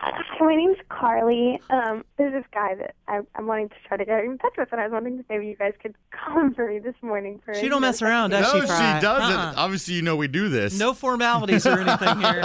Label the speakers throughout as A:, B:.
A: Hi, my name's Carly. Um, there's this guy that I, I'm wanting to try to get in touch with, and I was wondering if maybe you guys could call him for me this morning. For
B: She don't mess around, does
C: no,
B: she?
C: she
B: Fry?
C: doesn't.
B: Uh-uh.
C: Obviously, you know we do this.
B: No formalities or anything here.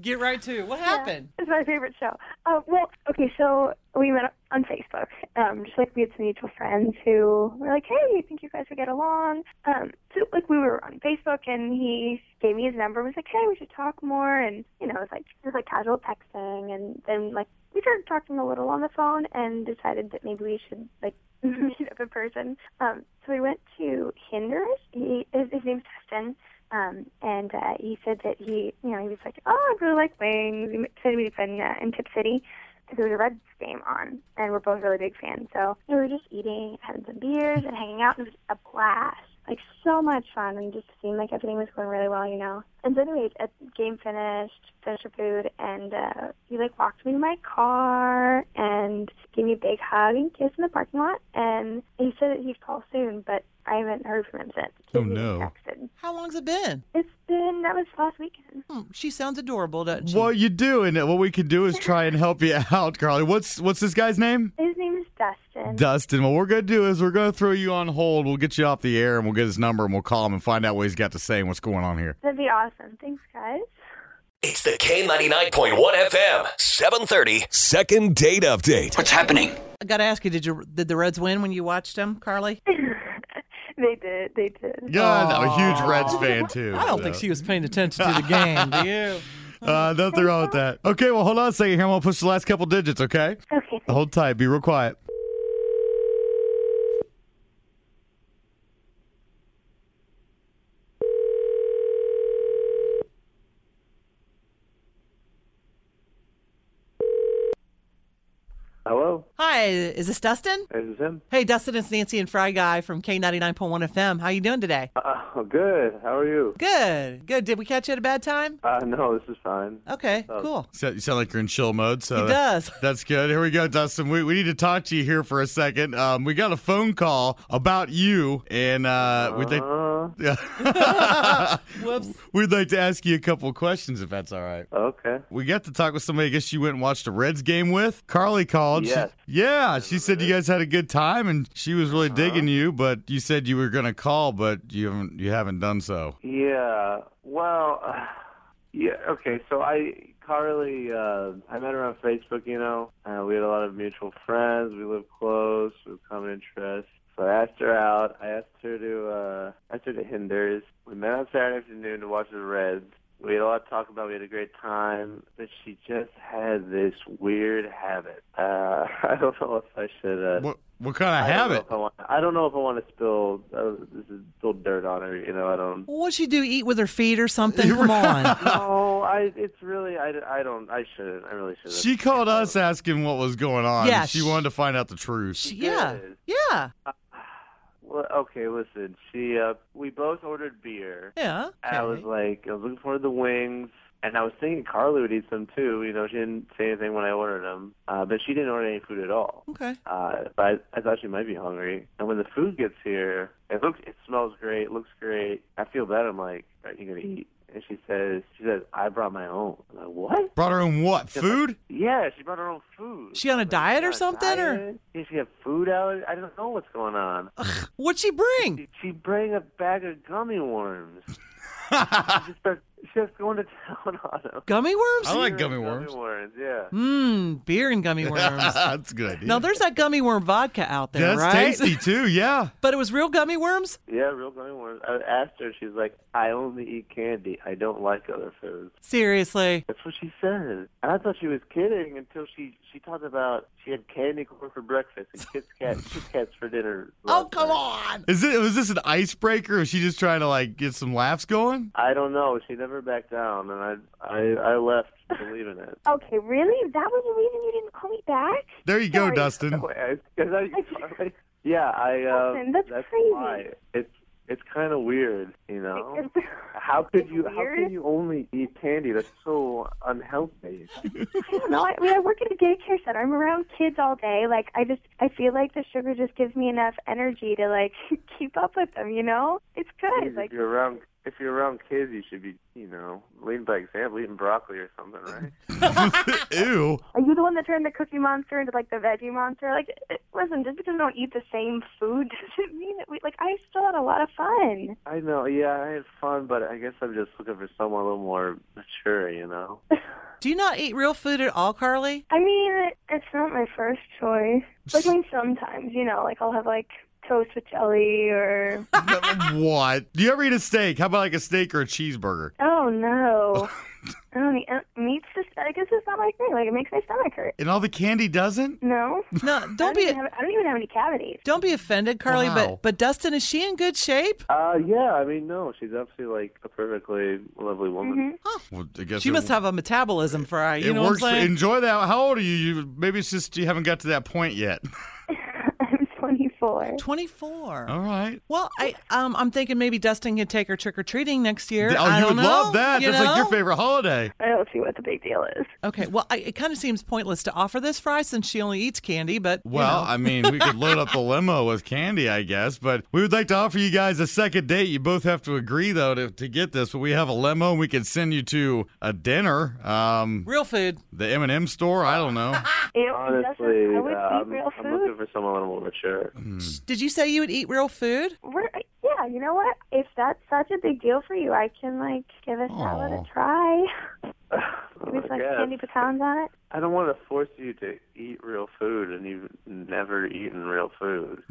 B: Get right to it. what happened.
A: It's my favorite show. Uh, well, okay, so we met on Facebook. Um, just like we had some mutual friends who were like, "Hey, I think you guys would get along." Um, so like we were on Facebook, and he gave me his number. and Was like, "Hey, we should talk more." And you know, it was like it was like casual texting, and then like we started talking a little on the phone, and decided that maybe we should like meet up in person. Um, so we went to Hinders. He his, his name's Justin. Um, and uh, he said that he, you know, he was like, "Oh, I really like wings." He said we was in uh, in Tip City because there was a Reds game on, and we're both really big fans. So we were just eating, having some beers, and hanging out, and it was a blast. Like so much fun, and just seemed like everything was going really well, you know. And so anyway, at game finished, finished our food, and uh, he like walked me to my car and gave me a big hug and kiss in the parking lot. And he said that he'd call soon, but I haven't heard from him since. He
C: Oh,
A: hasn't
C: no.
A: Texted.
B: How long's it been?
A: It's been that was last weekend.
B: Hmm, she sounds adorable, doesn't she?
C: Well, you do, and what we could do is try and help you out, Carly. What's what's this guy's name?
A: His name is Dustin.
C: Dustin. What we're gonna do is we're gonna throw you on hold. We'll get you off the air, and we'll get his number, and we'll call him and find out what he's got to say and what's going on here.
A: That'd be awesome. Thanks, guys.
D: It's the K99.1 FM, 730.
E: Second date update.
F: What's happening?
B: I got to ask you, did you did the Reds win when you watched them, Carly?
A: They did. They did.
C: Yeah, I'm a huge Reds fan too.
B: I don't think
C: so.
B: she was paying attention to the game. Do you?
C: Uh, nothing wrong with that. Okay, well, hold on a second here. I'm gonna push the last couple digits. Okay,
A: Okay. thanks.
C: hold tight. Be real quiet.
G: Hello,
B: Hi, is this Dustin?
G: this is him.
B: Hey, Dustin, it's Nancy and Fry Guy from K99.1 FM. How you doing today?
G: Uh, good. How are you?
B: Good, good. Did we catch you at a bad time?
G: Uh, no, this is fine.
B: Okay,
C: Oh.
B: cool.
C: So- You sound like you're in chill mode. So
B: He does.
C: That's good. Here we go, Dustin. We, we need to talk to you here for a second. Um, we got a phone call about you, and uh, we'd, like,
G: Uh,
B: Whoops.
C: we'd like to ask you a couple questions if that's all right.
G: okay.
C: We got to talk with somebody I guess you went and watched the Reds game with. Carly called. She-
G: Yes. Uh-huh.
C: yeah, she said you guys had a good time and she was really digging you, but you said you were going to call, but you haven't you haven't done so.
G: Yeah. Well. Uh, yeah. Okay. So I, Carly, uh, I met her on Facebook. You know, uh, we had a lot of mutual friends. We live close. We have common interests. So I asked her out. I asked her to uh, asked her to Hinders. We met on Saturday afternoon to watch the Reds. We had a lot to talk about. We had a great time, but she just had this weird habit. Uh, I don't know if I should. Uh,
C: What what kind of
G: I don't know
C: habit?
G: if I, want, I don't know if I want to spill uh, this is spill dirt on her. You know, I don't.
B: Well, what'd she do? Eat with her feet or something? Come on.
G: No, I. It's really. I, I don't. I shouldn't. I really shouldn't.
C: She called us asking what was going on.
B: Yeah,
C: and she
B: sh-
C: wanted to find out the truth.
B: She- yeah, yeah,
G: Well, okay, listen. She. Uh, we both ordered beer.
B: yeah.
G: I was
B: okay.
G: like, I was looking forward to the wings, and I was thinking Carly would eat some too. You know, she didn't say anything when I ordered them, uh, but she didn't order any food at all.
B: Okay.
G: Uh, but I, I thought she might be hungry. And when the food gets here, it looks, it smells great, looks great. I feel bad. I'm like, are you gonna eat? And she says, she says, I brought my own. I'm like, what?
C: Brought her own what?
G: Just like-
C: Food?
G: Yeah, she brought her own food.
B: She on a
G: I'm like,
B: diet
G: "She
B: or
G: on a
B: something, or-
G: diet? Yeah, she had food allergy. I don't know what's going on.
B: What'd she bring?
G: She- She bring a bag of gummy worms. she just starts, she starts going to town on them.
B: Gummy worms?
C: I like gummy worms.
G: yeah.
B: Mmm, beer and gummy worms.
C: That's a good. idea.
B: now, there's that gummy worm vodka out there,
C: That's
B: right?
C: tasty too. Yeah.
B: But it was real gummy worms?
G: Yeah, real gummy worms. I asked her, she's like, I only eat candy. I don't like other foods.
B: Seriously.
G: That's what she said. And I thought she was kidding until she she talked about she had candy corn for breakfast and Kit Kat, Kit Kats for dinner.
B: Oh,
G: last
B: come
G: night.
B: on.
C: Is it was this an icebreaker? Was she just trying to like get some laughs going?
G: I don't know. She never backed down, and I I, I left believing it.
A: Okay, really? That was the reason you didn't call me back?
C: There you go,
A: Sorry.
C: Dustin.
G: Wait, I- is that- yeah, I. Uh,
A: Listen, that's
G: that's
A: crazy.
G: Why. It's It's kind of weird, you know.
A: It's-
G: How could
A: it's
G: you? How
A: weird.
G: can you only eat candy? That's so unhealthy.
A: I don't know. I mean, I work at a daycare center. I'm around kids all day. Like, I just, I feel like the sugar just gives me enough energy to like keep up with them. You know, it's good. Like,
G: if you're around, if you're around kids, you should be, you know, leading by example, eating broccoli or something, right?
C: Ew.
A: are you the one that turned the Cookie Monster into like the Veggie Monster? Like, it- listen, just because we don't eat the same food doesn't mean that we like. I still had a lot of fun.
G: I know. Yeah, I had fun, but I guess I'm just looking for someone a little more mature, you know.
B: Do you not eat real food at all, Carly?
A: I mean, it's not my first choice. Like, I mean, sometimes, you know, like I'll have like toast with jelly or
C: what? Do you ever eat a steak? How about like a steak or a cheeseburger?
A: oh no, I don't eat uh, meats. Just I guess it's not my thing. Like, it makes my stomach hurt.
C: And all the candy doesn't?
A: No.
B: No,
A: I
B: don't be
A: even have, I don't even have any cavities.
B: don't be offended, Carly.
C: Wow.
B: But but Dustin, is she in good shape?
G: Uh, yeah. I mean, no, she's absolutely like a perfectly lovely
A: Mm-hmm.
G: woman.
C: Well, I guess
B: She
C: it-
B: must have a metabolism for I. You
C: it
B: know
C: works.
B: what I'm saying?
C: Enjoy that. How old are you? you? Maybe it's just you haven't got to that point yet.
A: I'm 24.
B: 24.
C: All right.
B: Well, I um, I'm thinking maybe Dustin could take her trick or treating next year.
C: Oh,
B: I
C: you
B: don't
C: would
B: know.
C: love that.
B: you
C: That's like your
B: know?
C: favorite holiday.
A: I don't see what the big deal is.
B: Okay, well, I, it kind of seems pointless to offer this fry since she only eats candy, but you
C: Well,
B: know.
C: I mean, we could load up the limo with candy, I guess, but we would like to offer you guys a second date. You both have to agree, though, to, to get this. But we have a limo, and we could send you to a dinner, um,
B: real food.
C: the M&M store. I don't know.
A: It
G: Honestly,
A: doesn't, I would
G: uh,
A: eat
G: I'm,
A: real
G: I'm
A: food.
G: looking for someone a little more mature.
B: Did you say you would eat real food?
A: We're, uh, yeah, you know what? If that's such a big deal for you, I can like give a salad
C: Aw.
A: a try.
G: I,
A: With like
G: guess.
A: candy pecans on it.
G: I don't want to force you to eat real food, and you've never eaten real food.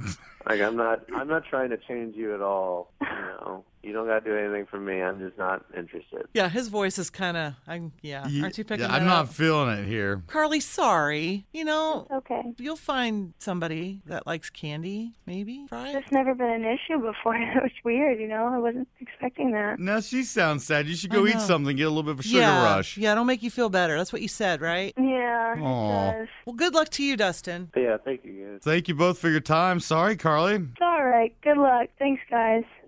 G: like I'm not, I'm not trying to change you at all. You know, you don't got to do anything for me. I'm just not interested.
B: Yeah, his voice is kind of. I'm yeah.
C: Ye-
B: Aren't you picking
C: yeah,
B: that
C: I'm not
B: up?
C: feeling it here.
B: Carly, sorry. You know,
A: Okay.
B: you'll find somebody that likes candy, maybe. Fry.
A: It's never been an issue before. It was weird, you know. I wasn't expecting that.
C: Now she sounds sad. You should go
B: I
C: eat
B: know.
C: something, get a little bit of a sugar
B: yeah,
C: rush.
B: yeah. Don't make you feel better. That's what you said, right?
A: Yeah. it
C: Aw.
A: does.
B: Well, good luck to you, Dustin.
G: But yeah, thank you guys.
C: Thank you both for your time. Sorry, Carly.
A: It's all right. Good luck. Thanks, guys.